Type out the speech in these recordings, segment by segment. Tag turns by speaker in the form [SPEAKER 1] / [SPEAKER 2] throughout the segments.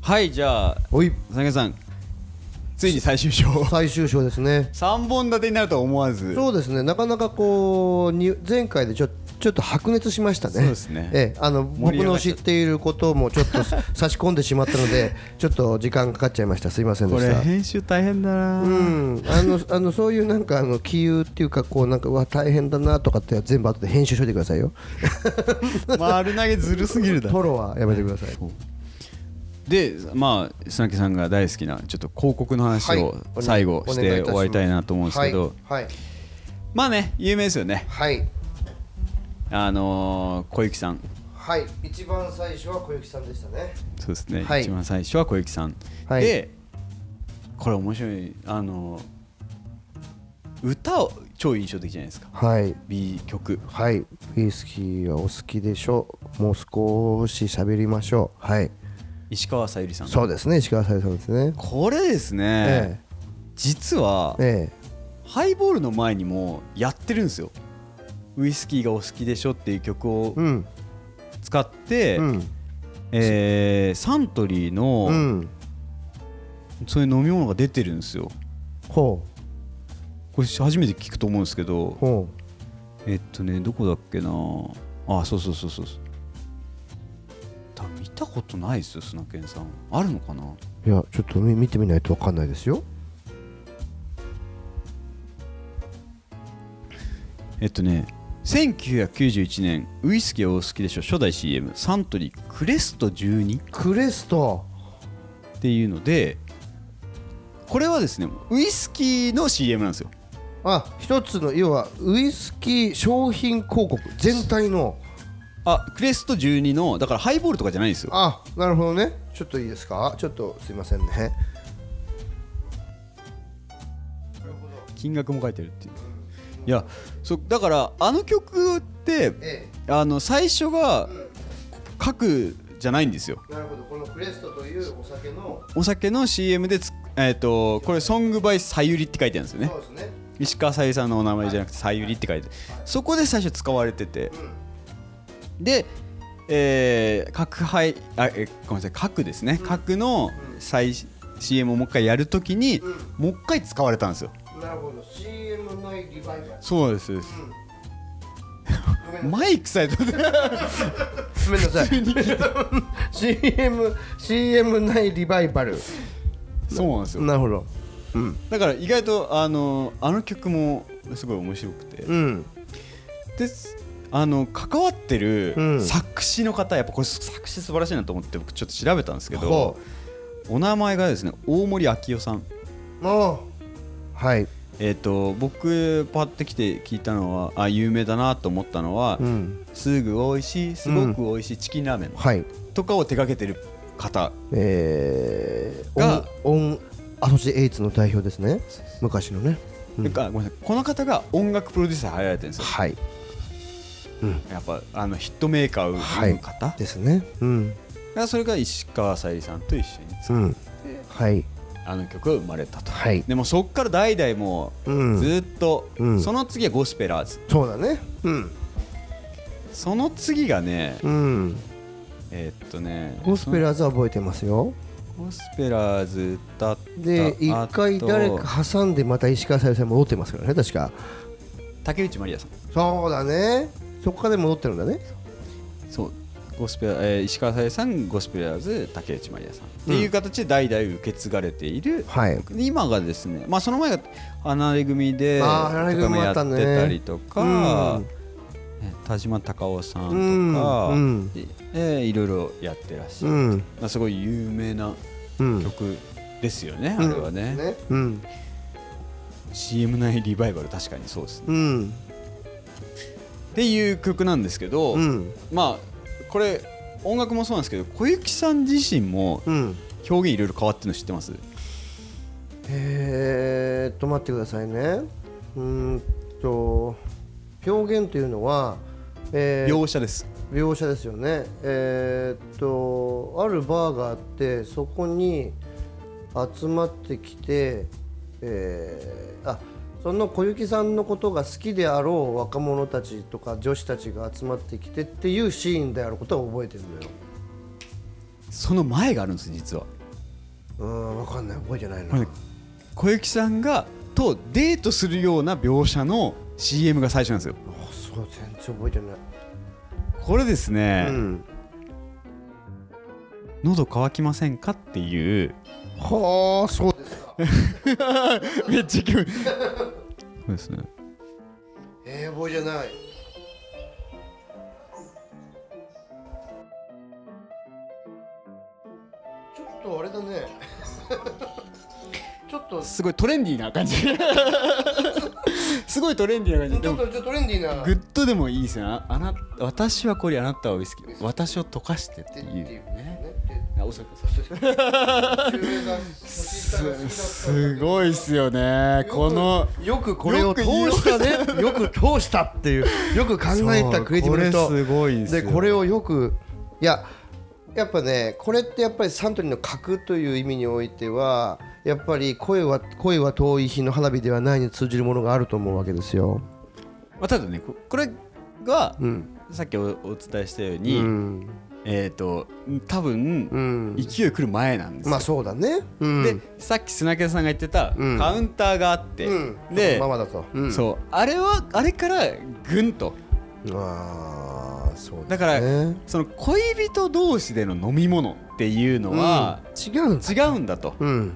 [SPEAKER 1] はいじゃあ
[SPEAKER 2] おい
[SPEAKER 1] 三毛さんついに最終章
[SPEAKER 2] 最終章ですね
[SPEAKER 1] 三本立てになるとは思わず
[SPEAKER 2] そうですねなかなかこうに前回でちょちょっと白熱しましたね
[SPEAKER 1] そうですね
[SPEAKER 2] ええあの僕
[SPEAKER 1] 盛り上が
[SPEAKER 2] の
[SPEAKER 1] っちゃ
[SPEAKER 2] 知っ
[SPEAKER 1] った
[SPEAKER 2] ていることもちょっと 差し込んでしまったのでちょっと時間かかっちゃいましたすいませんで
[SPEAKER 1] こ
[SPEAKER 2] し
[SPEAKER 1] れ
[SPEAKER 2] た
[SPEAKER 1] 編集大変だな、
[SPEAKER 2] うん、あのあのそういうなんかあの気憂っていうかこうなんかうわ大変だなとかって全部後で編集しといてくださ いよ
[SPEAKER 1] 丸投げずるすぎるだ
[SPEAKER 2] フォローはやめてください
[SPEAKER 1] でまあ砂木さんが大好きなちょっと広告の話を
[SPEAKER 2] はい
[SPEAKER 1] 最後
[SPEAKER 2] お
[SPEAKER 1] し
[SPEAKER 2] 願いいた
[SPEAKER 1] て
[SPEAKER 2] します
[SPEAKER 1] 終わりたいなと思うんですけど
[SPEAKER 2] はいはい
[SPEAKER 1] まあね有名ですよね
[SPEAKER 2] はい、
[SPEAKER 1] あのー小雪さん
[SPEAKER 2] はい、一番最初は小雪さんでしたね
[SPEAKER 1] そうですね、
[SPEAKER 2] はい
[SPEAKER 1] 一番最初は小雪さん、
[SPEAKER 2] はい
[SPEAKER 1] でこれ面白いあの歌を超印象的じゃないですか
[SPEAKER 2] はい
[SPEAKER 1] B 曲
[SPEAKER 2] はいウイスキーはお好きでしょうもう少し喋りましょうはい
[SPEAKER 1] 石川さゆりさん
[SPEAKER 2] そうですね石川さゆりさんですね
[SPEAKER 1] これですね、実は
[SPEAKER 2] ええ
[SPEAKER 1] ハイボールの前にもやってるんですよウイスキーがお好きでしょっていう曲を
[SPEAKER 2] うん
[SPEAKER 1] 使って、
[SPEAKER 2] うん
[SPEAKER 1] えーサントリーの、
[SPEAKER 2] うん
[SPEAKER 1] そういう飲み物が出てるんですよ
[SPEAKER 2] ほ
[SPEAKER 1] これ初めて聞くと思うんですけど
[SPEAKER 2] うほ
[SPEAKER 1] えっとねどこだっけなあそうそうそうそう多分見たことないですよ砂犬さんあるのかな
[SPEAKER 2] ういやちょっと見見てみないとわかんないですよ
[SPEAKER 1] えっとね1991年ウイスキーはお好きでしょ初代 CM サントリークレスト12っ
[SPEAKER 2] クレスト
[SPEAKER 1] ていうのでこれはですねウイスキーの CM なんですよ
[SPEAKER 2] あ一つの要はウイスキー商品広告全体の
[SPEAKER 1] あクレスト12のだからハイボールとかじゃないんですよ
[SPEAKER 2] あなるほどねちょっといいですかちょっとすいませんね
[SPEAKER 1] 金額も書いてあるっていういやそだからあの曲って
[SPEAKER 2] え
[SPEAKER 1] あの最初が書くじゃないんですよ
[SPEAKER 2] えなるほどこのクレストというお酒の
[SPEAKER 1] お酒の CM でつえっ、とこれ「ソングバイさゆり」って書いてあるんですよね
[SPEAKER 2] そうですね
[SPEAKER 1] 石川さゆりさんのお名前じゃなくて「さゆり」って書いてそこで最初使われててでえー、核廃あえごめんなさい核ですね核の再 CM をもう一回やるときにもう一回使われたんですよ
[SPEAKER 2] なるほど CM 内リバイバル
[SPEAKER 1] そうですそうですマイクさえ取って
[SPEAKER 2] ごめんな さい CM, CM 内リバイバル
[SPEAKER 1] そうなんですよ
[SPEAKER 2] なるほど
[SPEAKER 1] だから意外とあのあの曲もすごい面白くて、
[SPEAKER 2] うん
[SPEAKER 1] ですあの関わってる
[SPEAKER 2] うん
[SPEAKER 1] 作詞の方、やっぱこれ作詞素晴らしいなと思って僕ちょっと調べたんですけど
[SPEAKER 2] ほ
[SPEAKER 1] お名前がですね大森明夫さん
[SPEAKER 2] もうはい
[SPEAKER 1] えっ、と僕パッて来て聞いたのはあ有名だなと思ったのは、
[SPEAKER 2] うん
[SPEAKER 1] すぐ美味しいすごく美味しいチキンラーメン
[SPEAKER 2] はい
[SPEAKER 1] とかを手掛けてる方
[SPEAKER 2] えー、
[SPEAKER 1] が
[SPEAKER 2] オンオンアソシエイツの代表ですね昔のね、うん
[SPEAKER 1] なんかごめんなさいこの方が音楽プロデューサー入られてるんですよ
[SPEAKER 2] はい
[SPEAKER 1] やっぱあのヒットメーカーを生む方、
[SPEAKER 2] ですねうん
[SPEAKER 1] だからそれが石川さゆりさんと一緒に作っ
[SPEAKER 2] うんはい
[SPEAKER 1] あの曲が生まれたと、
[SPEAKER 2] はい
[SPEAKER 1] でもそっから代々も
[SPEAKER 2] う
[SPEAKER 1] うんずーっと、
[SPEAKER 2] うん
[SPEAKER 1] その次はゴスペラーズ
[SPEAKER 2] そうだねうん
[SPEAKER 1] その次がね
[SPEAKER 2] うん
[SPEAKER 1] えーっとね
[SPEAKER 2] ゴスペラーズは覚えてますよ
[SPEAKER 1] そのゴスペラーズだった
[SPEAKER 2] で一
[SPEAKER 1] あと
[SPEAKER 2] 回誰か挟んでまた石川さゆりさん戻ってますからね確か
[SPEAKER 1] 竹内まりやさん
[SPEAKER 2] そうだねそこから戻ってるんだね
[SPEAKER 1] そうゴスペラ、えー石川さゆりさんゴスペラーズ竹内まりやさんっていう形で代々受け継がれている、
[SPEAKER 2] はい
[SPEAKER 1] 今がですね、まあ、その前が離れ組でと
[SPEAKER 2] あー離れ
[SPEAKER 1] か
[SPEAKER 2] 組
[SPEAKER 1] も
[SPEAKER 2] もあ
[SPEAKER 1] や
[SPEAKER 2] っ
[SPEAKER 1] った
[SPEAKER 2] ね
[SPEAKER 1] てたりとか
[SPEAKER 2] うん、
[SPEAKER 1] ね田島貴夫さんとか、
[SPEAKER 2] うん
[SPEAKER 1] いえーいろいろやってらっしゃ
[SPEAKER 2] う
[SPEAKER 1] る、
[SPEAKER 2] ん
[SPEAKER 1] まあ、すごい有名な
[SPEAKER 2] うん
[SPEAKER 1] 曲ですよね、あれはね
[SPEAKER 2] ねうん
[SPEAKER 1] CM 内リバイバル確かにそうですね
[SPEAKER 2] うん
[SPEAKER 1] っていう曲なんですけど、
[SPEAKER 2] うん
[SPEAKER 1] まあこれ音楽もそうなんですけど小雪さん自身も
[SPEAKER 2] うん
[SPEAKER 1] 表現いろいろ変わってるの知ってます
[SPEAKER 2] えーっと待ってくださいねうーんと表現というのは、えー
[SPEAKER 1] 描写です
[SPEAKER 2] 描写ですよねえーっとあるバーがあってそこに集まってきて、えーあその小雪さんのことが好きであろう若者たちとか女子たちが集まってきてっていうシーンであることは覚えてるのよ
[SPEAKER 1] その前があるんです実は
[SPEAKER 2] うん分かんない覚えてないな
[SPEAKER 1] これね小雪さんがとデートするような描写の CM が最初なんですよ
[SPEAKER 2] あそう全然覚えてない、
[SPEAKER 1] これですね、
[SPEAKER 2] うん
[SPEAKER 1] 喉乾きませんかっていう
[SPEAKER 2] はあそうですか
[SPEAKER 1] めっちゃ気持ちいいそうですね
[SPEAKER 2] えー、覚えてないちょっとあれだね ちょっとち
[SPEAKER 1] すごいトレンディーな感 じすごいトレンディーな感じで
[SPEAKER 2] ょっ
[SPEAKER 1] も
[SPEAKER 2] とちょっとトレンディーな
[SPEAKER 1] グッドでもいいですねああな私はこれあなたはウイスキー私を溶かしてって
[SPEAKER 2] て
[SPEAKER 1] い
[SPEAKER 2] っ
[SPEAKER 1] う
[SPEAKER 2] ていう
[SPEAKER 1] ね
[SPEAKER 2] ねって
[SPEAKER 1] あおそらく
[SPEAKER 2] 中江が年下が好きだったんだけ
[SPEAKER 1] す
[SPEAKER 2] ど
[SPEAKER 1] すごいっすよねこの
[SPEAKER 2] よくこれを通したねよく通したっていうよく考えたクリエイティブの
[SPEAKER 1] そう
[SPEAKER 2] 人
[SPEAKER 1] これすごいですよ
[SPEAKER 2] でこれをよくいややっぱねこれってやっぱりサントリーの格という意味においてはやっぱり声は声は遠い日の花火ではないに通じるものがあると思うわけですよ。
[SPEAKER 1] まあ、ただねここれが
[SPEAKER 2] うん、
[SPEAKER 1] さっきおお伝えしたよう
[SPEAKER 2] う
[SPEAKER 1] に、
[SPEAKER 2] ん
[SPEAKER 1] えっ、と多分、
[SPEAKER 2] うん、
[SPEAKER 1] 勢い来る前なんですよ、
[SPEAKER 2] まあそうだね。うん、
[SPEAKER 1] でさっき砂木さんが言ってた、
[SPEAKER 2] うん
[SPEAKER 1] カウンターがあって、
[SPEAKER 2] うん、
[SPEAKER 1] で
[SPEAKER 2] そのままだと、うん、う
[SPEAKER 1] そうあれはあれからぐんと
[SPEAKER 2] あーそう
[SPEAKER 1] だ
[SPEAKER 2] だ,、ね、
[SPEAKER 1] から、その恋人同士での飲み物っていうのは、
[SPEAKER 2] 違うんだ
[SPEAKER 1] 違うんだと
[SPEAKER 2] うん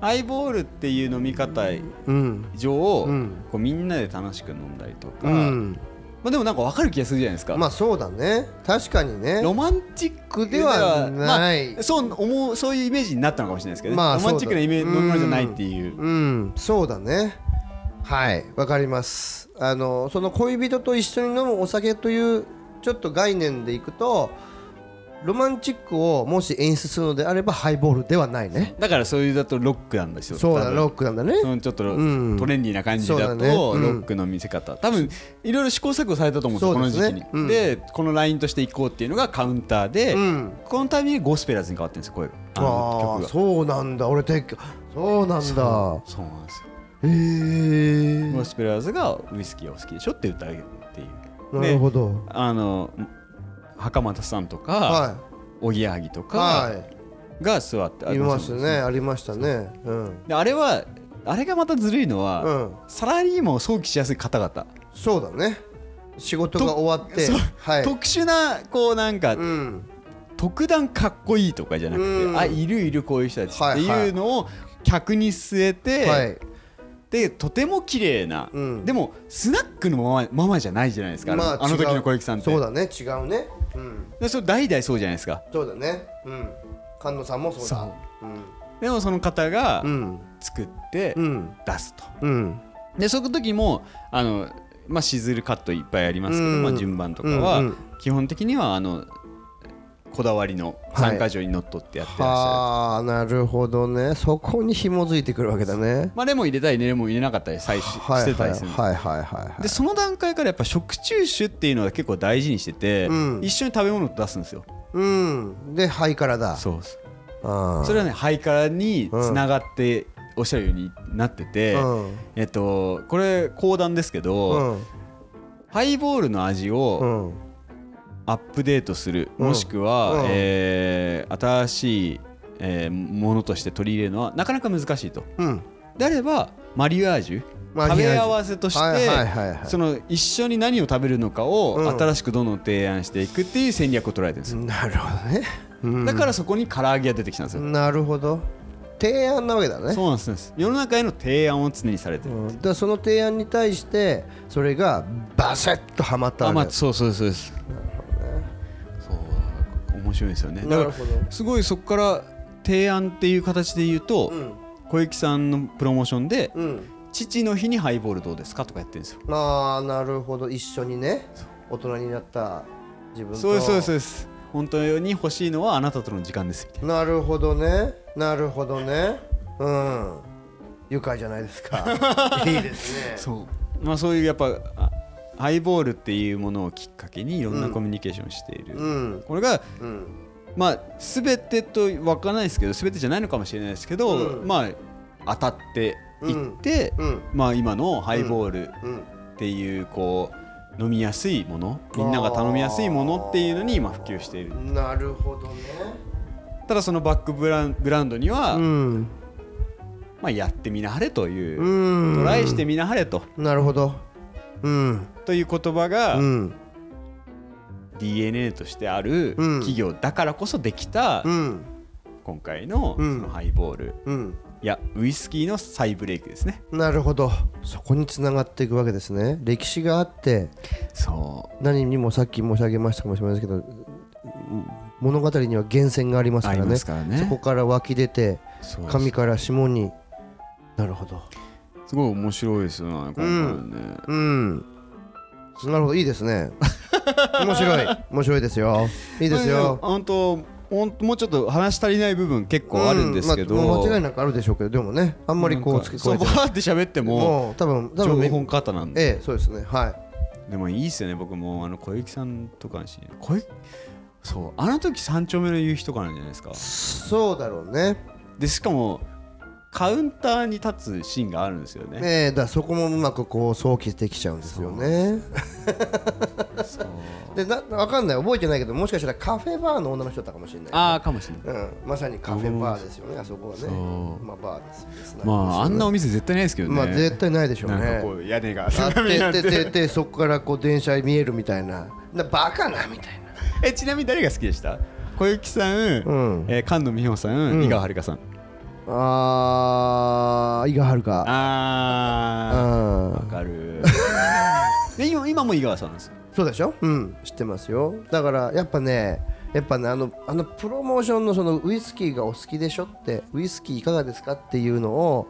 [SPEAKER 1] ハイボールっていう飲み方
[SPEAKER 2] うん
[SPEAKER 1] 上、
[SPEAKER 2] うん
[SPEAKER 1] こうみんなで楽しく飲んだりとか、
[SPEAKER 2] うん
[SPEAKER 1] まあ、でもなんか分かる気がするじゃないですか、
[SPEAKER 2] まあそうだね確かにね
[SPEAKER 1] ロマンチックで
[SPEAKER 2] で
[SPEAKER 1] は
[SPEAKER 2] は
[SPEAKER 1] まあ
[SPEAKER 2] ない、
[SPEAKER 1] そう思うそういうイメージになったのかもしれないですけどね、
[SPEAKER 2] まあ
[SPEAKER 1] ロマンチックなイメージ
[SPEAKER 2] そ
[SPEAKER 1] 飲
[SPEAKER 2] うだ
[SPEAKER 1] み物じゃないっていう
[SPEAKER 2] うんそうだねはいわかりますあのその恋人と一緒に飲むお酒というちょっと概念でいくとロマンチックをもし演出するのであればハイボールではないね
[SPEAKER 1] だからそういうだとロックなんですよ
[SPEAKER 2] そう
[SPEAKER 1] 多
[SPEAKER 2] だ
[SPEAKER 1] 分
[SPEAKER 2] ロックなんだね
[SPEAKER 1] そのちょっと
[SPEAKER 2] うん
[SPEAKER 1] トレンディーな感じ
[SPEAKER 2] そ
[SPEAKER 1] だと
[SPEAKER 2] うだ
[SPEAKER 1] ロ
[SPEAKER 2] ねうん
[SPEAKER 1] ックの見せ方多分いろいろ試行錯誤されたと思うんですよこの
[SPEAKER 2] そうです
[SPEAKER 1] 時
[SPEAKER 2] ね
[SPEAKER 1] 期
[SPEAKER 2] う
[SPEAKER 1] に
[SPEAKER 2] ん
[SPEAKER 1] でこのラインとしていこうっていうのがカウンターで
[SPEAKER 2] うん
[SPEAKER 1] このタイミングでゴスペラーズに変わってるんですよ声があ
[SPEAKER 2] あ
[SPEAKER 1] の
[SPEAKER 2] あ
[SPEAKER 1] 曲が
[SPEAKER 2] そうなんだ俺撤去そうなんだ
[SPEAKER 1] そうなんですよ
[SPEAKER 2] へえ
[SPEAKER 1] ゴスペラーズがウイスキーを好きでしょって歌うっていう
[SPEAKER 2] なる
[SPEAKER 1] で
[SPEAKER 2] ほど
[SPEAKER 1] あの袴田さんとか
[SPEAKER 2] は
[SPEAKER 1] おぎやはぎと
[SPEAKER 2] い
[SPEAKER 1] か
[SPEAKER 2] は
[SPEAKER 1] が座ってあ
[SPEAKER 2] いいました
[SPEAKER 1] そう
[SPEAKER 2] ねありましたねうん
[SPEAKER 1] であれはあれがまたずるいの
[SPEAKER 2] う
[SPEAKER 1] は
[SPEAKER 2] ん
[SPEAKER 1] サラリーマンを想起しやすい方々
[SPEAKER 2] そうだね仕事が終わって
[SPEAKER 1] そう
[SPEAKER 2] はい
[SPEAKER 1] 特殊なこうなんか
[SPEAKER 2] うん
[SPEAKER 1] 特段かっこいいとかじゃなく
[SPEAKER 2] う
[SPEAKER 1] て
[SPEAKER 2] ん
[SPEAKER 1] あいるいるこういう人たちっ
[SPEAKER 2] は
[SPEAKER 1] て
[SPEAKER 2] いはい
[SPEAKER 1] いうのを客に据えて、
[SPEAKER 2] はい
[SPEAKER 1] でとても綺麗な、
[SPEAKER 2] うん
[SPEAKER 1] でもスナックのままママじゃないじゃないですか、あのあの時の小雪さんって
[SPEAKER 2] そうだね違うねうん
[SPEAKER 1] でそれ代々そうじゃないですか
[SPEAKER 2] そうだねうん菅野さんもそうだうん
[SPEAKER 1] でもその方が
[SPEAKER 2] うん
[SPEAKER 1] 作って
[SPEAKER 2] うん
[SPEAKER 1] 出すと、
[SPEAKER 2] うん
[SPEAKER 1] でその時もあの、まあ、シズルカットいっぱいありますけど、
[SPEAKER 2] うん
[SPEAKER 1] まあ、順番とかは、
[SPEAKER 2] うんうん
[SPEAKER 1] 基本的にはあのこだわりの参加条にのっとってやってらっしゃる、
[SPEAKER 2] はあなるほどねそこに紐づいてくるわけだね
[SPEAKER 1] まあ、レモン入れたりレモン入れなかったり最初
[SPEAKER 2] はい
[SPEAKER 1] してた
[SPEAKER 2] は
[SPEAKER 1] り
[SPEAKER 2] いは
[SPEAKER 1] するんです
[SPEAKER 2] いはいはい
[SPEAKER 1] でその段階からやっぱ食中酒っていうのは結構大事にしてて、
[SPEAKER 2] うん
[SPEAKER 1] 一緒に食べ物と出すんですよ
[SPEAKER 2] うんで肺からだ
[SPEAKER 1] そう
[SPEAKER 2] うん
[SPEAKER 1] それはね肺からにつながっておっしゃるようになってて、
[SPEAKER 2] うん
[SPEAKER 1] えっとこれ講談ですけど、
[SPEAKER 2] うん
[SPEAKER 1] ハイボールの味
[SPEAKER 2] う
[SPEAKER 1] を
[SPEAKER 2] ん
[SPEAKER 1] アップデートする、
[SPEAKER 2] うん
[SPEAKER 1] もしくは、
[SPEAKER 2] うん
[SPEAKER 1] えー新しい、えーものとして取り入れるのはなかなか難しいと
[SPEAKER 2] うん
[SPEAKER 1] であればマリアージュ
[SPEAKER 2] マリア
[SPEAKER 1] 食
[SPEAKER 2] ージュ
[SPEAKER 1] べ合わせとして、
[SPEAKER 2] はいはいはいはい
[SPEAKER 1] その一緒に何を食べるのかを
[SPEAKER 2] うん
[SPEAKER 1] 新しくどんどん提案していくっていう戦略を取られてるんですよ、
[SPEAKER 2] なるほどねうん
[SPEAKER 1] だからそこに唐揚げが出てきたんですよ、
[SPEAKER 2] なるほど提案なわけだね
[SPEAKER 1] そうなんです世の中への提案を常にされてる、
[SPEAKER 2] うん、だからその提案に対してそれがバセッとはまった
[SPEAKER 1] あま
[SPEAKER 2] わ
[SPEAKER 1] あ
[SPEAKER 2] け
[SPEAKER 1] そうそうそうですそう面白いですよねだから
[SPEAKER 2] ほど、
[SPEAKER 1] すごいそこから提案っていう形で言うと、
[SPEAKER 2] うん
[SPEAKER 1] 小雪さんのプロモーションで、
[SPEAKER 2] うん、
[SPEAKER 1] 父の日にハイボールどうですかとかやってるんですよ
[SPEAKER 2] ああなるほど一緒にね大人になった自分と
[SPEAKER 1] そうですそうですそうです本当に欲しいのはあなたとの時間ですみたい
[SPEAKER 2] なるほどねなるほどねうん愉快じゃないです かいいですね
[SPEAKER 1] なそうまあそういうやっぱあハイボールっていうものをきっかけにいろんなコミュニケーションをしている、
[SPEAKER 2] うん
[SPEAKER 1] これが
[SPEAKER 2] うん
[SPEAKER 1] まあ、全てと分からないですけど全てじゃないのかもしれないですけど、
[SPEAKER 2] うん
[SPEAKER 1] まあ、当たっていって、
[SPEAKER 2] うん
[SPEAKER 1] まあ、今のハイボール
[SPEAKER 2] うん
[SPEAKER 1] っていうこう飲みやすいものみんなが頼みやすいものっていうのに今普及している
[SPEAKER 2] なるほどね
[SPEAKER 1] ただそのバックブラングラウンドには、
[SPEAKER 2] うん
[SPEAKER 1] まあ、やってみなはれという、
[SPEAKER 2] うん
[SPEAKER 1] トライしてみなはれと
[SPEAKER 2] なるほどうん
[SPEAKER 1] という言葉が、
[SPEAKER 2] うん
[SPEAKER 1] DNA としてある
[SPEAKER 2] うん
[SPEAKER 1] 企業だからこそできた、
[SPEAKER 2] うん
[SPEAKER 1] 今回のそ
[SPEAKER 2] うん
[SPEAKER 1] のハイボール、
[SPEAKER 2] うん
[SPEAKER 1] いやウイスキーの再ブレイクですね
[SPEAKER 2] なるほどそこに繋がっていくわけですね歴史があって
[SPEAKER 1] そ
[SPEAKER 2] 何にもさっき申し上げましたかもしれないですけどうん物語には源泉がありますから
[SPEAKER 1] あり
[SPEAKER 2] ね
[SPEAKER 1] ますからね
[SPEAKER 2] そこから湧き出て
[SPEAKER 1] うそう
[SPEAKER 2] 神から下になるほど
[SPEAKER 1] すごい面白いですよね今回ね、
[SPEAKER 2] うんなるほどいいで すね面白い面白いですよいいですよ
[SPEAKER 1] まあ本当本当もうちょっと話し足りない部分結構あるんですけど、
[SPEAKER 2] うまあ間違いなくあるでしょうけどでもねあんまりこう突き
[SPEAKER 1] そう
[SPEAKER 2] 込えて
[SPEAKER 1] バ
[SPEAKER 2] ない
[SPEAKER 1] ーって喋っても
[SPEAKER 2] もう多分多
[SPEAKER 1] 情
[SPEAKER 2] 分
[SPEAKER 1] 報型なんで、
[SPEAKER 2] ええそうですねはい
[SPEAKER 1] でもいいっすよね僕もあの小雪さんとかにし小雪そうあの時三丁目の夕日とかなんじゃないですか
[SPEAKER 2] そうだろうね
[SPEAKER 1] でしかもカウンターに立つシーンがあるんですよね
[SPEAKER 2] ええだからそこもうまくこう想起できちゃうんですよね
[SPEAKER 1] そう
[SPEAKER 2] でなわかんない覚えてないけどもしかしたらカフェバーの女の人だったかもしれない
[SPEAKER 1] ああかもしれない
[SPEAKER 2] うん、まさにカフェバーですよね、あそこはね
[SPEAKER 1] そ。
[SPEAKER 2] まあ、バーですよね。
[SPEAKER 1] まああんなお店絶対ないですけどね、
[SPEAKER 2] まあ、絶対ないでしょう
[SPEAKER 1] なんか
[SPEAKER 2] ね
[SPEAKER 1] こ。う屋根が
[SPEAKER 2] あ
[SPEAKER 1] 斜めにな
[SPEAKER 2] っ、
[SPEAKER 1] ってて
[SPEAKER 2] て、て、そこからこう電車見えるみたいな、な、バカなみたいな。
[SPEAKER 1] えちなみに誰が好きでした小雪さん、
[SPEAKER 2] うん
[SPEAKER 1] えー菅野美穂さん、井川遥さん
[SPEAKER 2] ああ、伊賀遥か。
[SPEAKER 1] あーわ
[SPEAKER 2] あ
[SPEAKER 1] か るで今今も井川さんなんですよ
[SPEAKER 2] そうでしょうん、知ってますよ。だから、やっぱね。やっぱねあのあのプロモーションのそのウイスキーがお好きでしょってウイスキーいかがですかっていうのを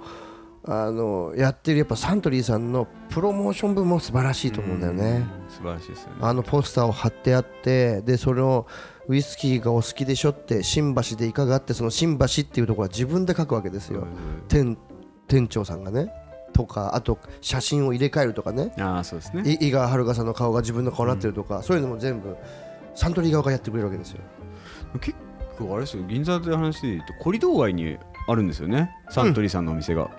[SPEAKER 2] あのやってるやっぱサントリーさんのプロモーション部も素晴らしいと思うんだよね。
[SPEAKER 1] 素晴らしいですよね
[SPEAKER 2] あのポスターを貼ってあってでそれをウイスキーがお好きでしょって新橋でいかがってその新橋っていうところは自分で書くわけですよ店店長さんがねとかあと写真を入れ替えるとかね
[SPEAKER 1] ああそうですね
[SPEAKER 2] い井川遥さんの顔が自分の顔になってるとか、そういうのも全部サントリー側がやってくれるわけですよ
[SPEAKER 1] 結構あれですよ銀座で話でいうとコリドー街にあるんですよねサントリーさんのお店が、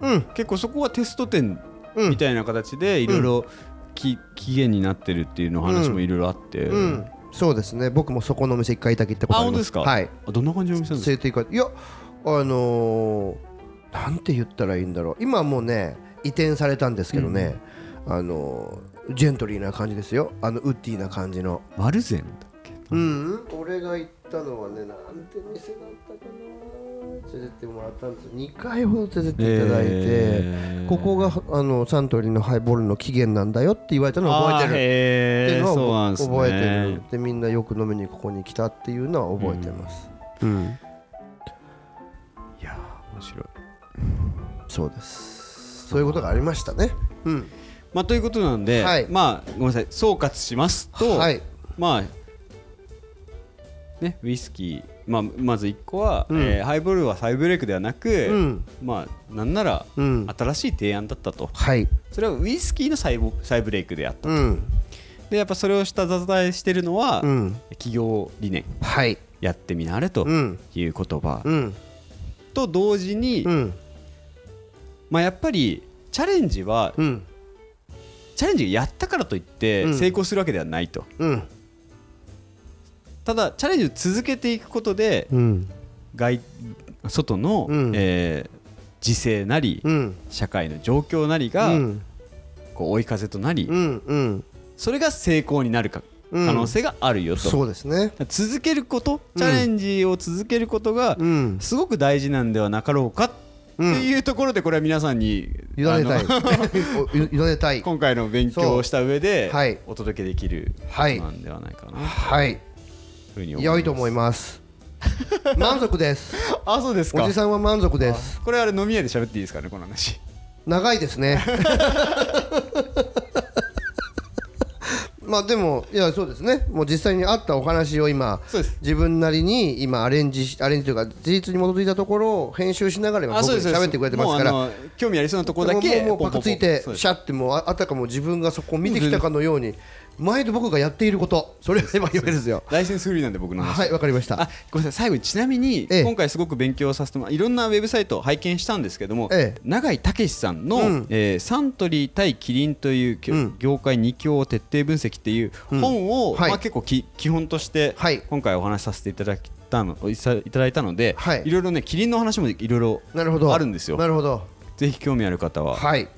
[SPEAKER 2] うん
[SPEAKER 1] 結構そこはテスト店
[SPEAKER 2] うん
[SPEAKER 1] みたいな形でいろいろ期限になってるっていうの話もいろいろあって、
[SPEAKER 2] うんそうですね僕もそこのお店一回だけ行ったことあり
[SPEAKER 1] あ本当
[SPEAKER 2] ます
[SPEAKER 1] ですか
[SPEAKER 2] はい
[SPEAKER 1] あどんな感じのお店なんです
[SPEAKER 2] 連れて行かれいやあのーなんて言ったらいいんだろう今はもうね移転されたんですけどね、あのージェントリーな感じですよあのウッディな感じの
[SPEAKER 1] かマルゼンだっけ
[SPEAKER 2] うん俺が行ったのはねなんて店だったかな連れてってもらったんです2回ほど連れてっていただいて、
[SPEAKER 1] えー
[SPEAKER 2] ここがあのサントリーのハイボールの起源なんだよって言われたのを覚えてるってい
[SPEAKER 1] る
[SPEAKER 2] うの
[SPEAKER 1] そうなん
[SPEAKER 2] は
[SPEAKER 1] ですね
[SPEAKER 2] 覚えてるでみんなよく飲みにここに来たっていうのは覚えてます、うん、
[SPEAKER 1] いやー面白い
[SPEAKER 2] そうです。そういうことがありましたね。うん。
[SPEAKER 1] まあということなんで、
[SPEAKER 2] はい
[SPEAKER 1] まあごめんなさい総括しますと、
[SPEAKER 2] はい。
[SPEAKER 1] まあねウイスキー、まあ、まず1個は、
[SPEAKER 2] うん
[SPEAKER 1] えーハイボールは再ブレイクではなく、
[SPEAKER 2] うん。
[SPEAKER 1] まあなんなら
[SPEAKER 2] うん。
[SPEAKER 1] 新しい提案だったと
[SPEAKER 2] はい。
[SPEAKER 1] それはウイスキーの再ブ再ブレイクであった
[SPEAKER 2] うん。
[SPEAKER 1] でやっぱそれを下支えしてるのは、
[SPEAKER 2] うん。
[SPEAKER 1] 企業理念
[SPEAKER 2] はい。
[SPEAKER 1] やってみなれと
[SPEAKER 2] うん。
[SPEAKER 1] いう言葉、
[SPEAKER 2] うん。
[SPEAKER 1] と同時に、
[SPEAKER 2] うん。
[SPEAKER 1] まあ、やっぱりチャレンジは、
[SPEAKER 2] うん。
[SPEAKER 1] チャレンジやったからといって
[SPEAKER 2] うん
[SPEAKER 1] 成功するわけではないと、
[SPEAKER 2] うん。
[SPEAKER 1] ただチャレンジを続けていくことで
[SPEAKER 2] うん。
[SPEAKER 1] 外外の、
[SPEAKER 2] うん
[SPEAKER 1] えー時勢なり、
[SPEAKER 2] うん。
[SPEAKER 1] 社会の状況なり
[SPEAKER 2] う
[SPEAKER 1] が、
[SPEAKER 2] ん。
[SPEAKER 1] こう追い風となり、
[SPEAKER 2] うん。うん。
[SPEAKER 1] それが成功になるか
[SPEAKER 2] うん
[SPEAKER 1] 可能性があるよと、
[SPEAKER 2] そうですね。
[SPEAKER 1] 続けることチャレンジを続けることが
[SPEAKER 2] うん。
[SPEAKER 1] すごく大事なんではなかろうかって
[SPEAKER 2] うん
[SPEAKER 1] いうところでこれは皆さんに
[SPEAKER 2] 委ねた
[SPEAKER 1] あ
[SPEAKER 2] い
[SPEAKER 1] の。
[SPEAKER 2] おゆ委ねたい。
[SPEAKER 1] 今回の勉強をした上で
[SPEAKER 2] そうはい
[SPEAKER 1] お届けできること
[SPEAKER 2] はい
[SPEAKER 1] なんではないかな
[SPEAKER 2] はい。
[SPEAKER 1] というふうに思います
[SPEAKER 2] 良いと思い ます。満足です。
[SPEAKER 1] あそうです
[SPEAKER 2] お
[SPEAKER 1] か
[SPEAKER 2] じさんは満足です。
[SPEAKER 1] これあれ飲み屋で喋っていいですかねこの話
[SPEAKER 2] 長いで すね。まあでもいやそうですねもう実際にあったお話を今
[SPEAKER 1] そうです
[SPEAKER 2] 自分なりに今アレンジしアレンジというか事実に基づいたところを編集しながら今
[SPEAKER 1] あ
[SPEAKER 2] 僕
[SPEAKER 1] そう
[SPEAKER 2] に
[SPEAKER 1] ですそうです
[SPEAKER 2] 喋ってくれてますから
[SPEAKER 1] もうあの興味ありそうなところだけ
[SPEAKER 2] もうもうもうパ
[SPEAKER 1] ポンポンポン
[SPEAKER 2] クついて
[SPEAKER 1] そうです
[SPEAKER 2] シャってもうああたかも自分がそこを見てきたかのように毎度僕がやっていることそれが今言われるんですよ
[SPEAKER 1] ライセンスフリーなんで僕の話
[SPEAKER 2] はいわかりまし
[SPEAKER 1] あ
[SPEAKER 2] た
[SPEAKER 1] ごめんなさい最後にちなみに
[SPEAKER 2] ええ
[SPEAKER 1] 今回すごく勉強させてもらいろんなウェブサイトを拝見したんですけども、
[SPEAKER 2] ええ
[SPEAKER 1] 永井武さんの、
[SPEAKER 2] うん
[SPEAKER 1] えーサントリー対キリン」というきょ、
[SPEAKER 2] うん
[SPEAKER 1] 業界二強を徹底分析っていう本を、
[SPEAKER 2] はい
[SPEAKER 1] まあ、結構き基本として
[SPEAKER 2] はい
[SPEAKER 1] 今回お話しさせていただきったのいたいただいたので、
[SPEAKER 2] はい
[SPEAKER 1] い、ろいろねキリンの話もいろいろ
[SPEAKER 2] なるほど
[SPEAKER 1] あるんですよ
[SPEAKER 2] なるほど
[SPEAKER 1] ぜひ興味ある方は
[SPEAKER 2] はい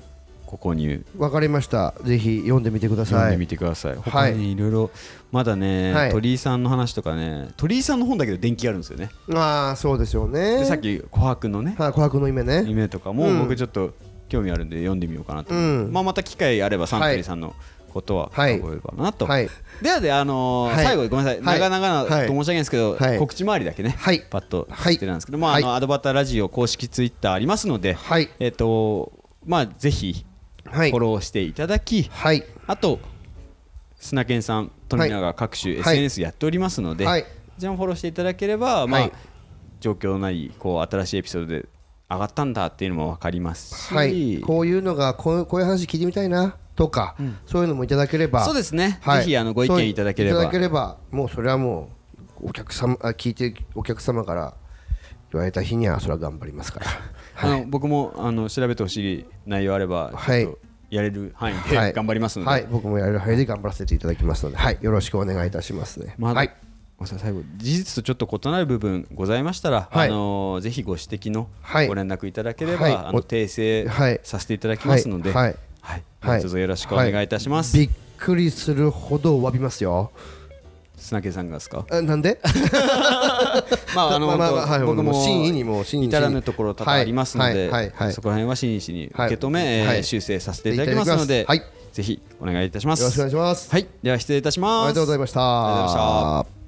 [SPEAKER 1] ご購入
[SPEAKER 2] わかりましたぜひ読んでみてくだ
[SPEAKER 1] 読ん
[SPEAKER 2] さ
[SPEAKER 1] で
[SPEAKER 2] い
[SPEAKER 1] みてください、
[SPEAKER 2] い
[SPEAKER 1] 他にいろいろまだね、
[SPEAKER 2] はい
[SPEAKER 1] 鳥居さんの話とかね鳥居さんの本だけど電気あるんですよね、
[SPEAKER 2] ああそうですよね
[SPEAKER 1] でさっき琥珀のね
[SPEAKER 2] はい琥珀の夢ね
[SPEAKER 1] 夢とかも僕ちょっと興味あるんで読んでみようかなと、
[SPEAKER 2] うん
[SPEAKER 1] まあ、また機会あればサントリーさんのことは覚えればなと、
[SPEAKER 2] はい
[SPEAKER 1] ではで、あのー
[SPEAKER 2] はい
[SPEAKER 1] 最後ごめんなさい、
[SPEAKER 2] はい
[SPEAKER 1] 長々
[SPEAKER 2] は
[SPEAKER 1] と申
[SPEAKER 2] い
[SPEAKER 1] し訳ないんですけど、
[SPEAKER 2] はい
[SPEAKER 1] 告知回りだけね、
[SPEAKER 2] はい
[SPEAKER 1] パッと言ってなんですけど、まあ
[SPEAKER 2] は
[SPEAKER 1] あ
[SPEAKER 2] い
[SPEAKER 1] のアドバターラジオ公式ツイッターありますので、
[SPEAKER 2] はい
[SPEAKER 1] えっ、とまあぜひフ
[SPEAKER 2] はい
[SPEAKER 1] ォローしていただき、
[SPEAKER 2] はい
[SPEAKER 1] あと砂犬さん富永各種、
[SPEAKER 2] はい
[SPEAKER 1] SNS やっておりますので、
[SPEAKER 2] はい
[SPEAKER 1] こちらもフォローしていただければ、まあ
[SPEAKER 2] はい
[SPEAKER 1] 状況のないこう新しいエピソードで上がったんだっていうのも分かりますし、
[SPEAKER 2] はいこういうのがこうこういう話聞いてみたいなとかそういうのもいただければ
[SPEAKER 1] そうですね、
[SPEAKER 2] はい
[SPEAKER 1] ぜひあのご意
[SPEAKER 2] そう
[SPEAKER 1] 見いただけれ
[SPEAKER 2] い
[SPEAKER 1] ば
[SPEAKER 2] もうそれはもうお客様あ聞いてお客様から言われた日にはそれは頑張りま すから
[SPEAKER 1] あの僕もあの調べてほしい内容あれば、
[SPEAKER 2] はい
[SPEAKER 1] ちょっとやれる範囲で、頑張りますので、
[SPEAKER 2] はい、僕もやる範囲で頑張らせていただきますので、はい、よろしくお願いいたしますね。
[SPEAKER 1] まあ
[SPEAKER 2] はい、
[SPEAKER 1] ごめんなさい最後事実とちょっと異なる部分ございましたら、
[SPEAKER 2] はい
[SPEAKER 1] あのーぜひご指摘の
[SPEAKER 2] はい
[SPEAKER 1] ご連絡いただければ、
[SPEAKER 2] はい
[SPEAKER 1] あ
[SPEAKER 2] お
[SPEAKER 1] の訂
[SPEAKER 2] はい
[SPEAKER 1] 正させていただきますので、
[SPEAKER 2] は
[SPEAKER 1] はいい
[SPEAKER 2] はい
[SPEAKER 1] どうぞよろしくお願いいたします。
[SPEAKER 2] びっくりするほど詫びますよ。？
[SPEAKER 1] 砂毛さんがですか
[SPEAKER 2] あなんで？
[SPEAKER 1] まああの、
[SPEAKER 2] まあまあまあはい
[SPEAKER 1] 僕も
[SPEAKER 2] 真意にも真意に
[SPEAKER 1] 至らぬところ多々ありますので、
[SPEAKER 2] はいはいはいはい
[SPEAKER 1] そこら辺は真摯に受け止め、
[SPEAKER 2] はい
[SPEAKER 1] えー
[SPEAKER 2] はい
[SPEAKER 1] 修正させていただきますので、
[SPEAKER 2] はい
[SPEAKER 1] ぜひお願いいたします。
[SPEAKER 2] よろしくお願いします
[SPEAKER 1] はい、では失礼いたします。
[SPEAKER 2] ありがとうございました。
[SPEAKER 1] ありがとうございました。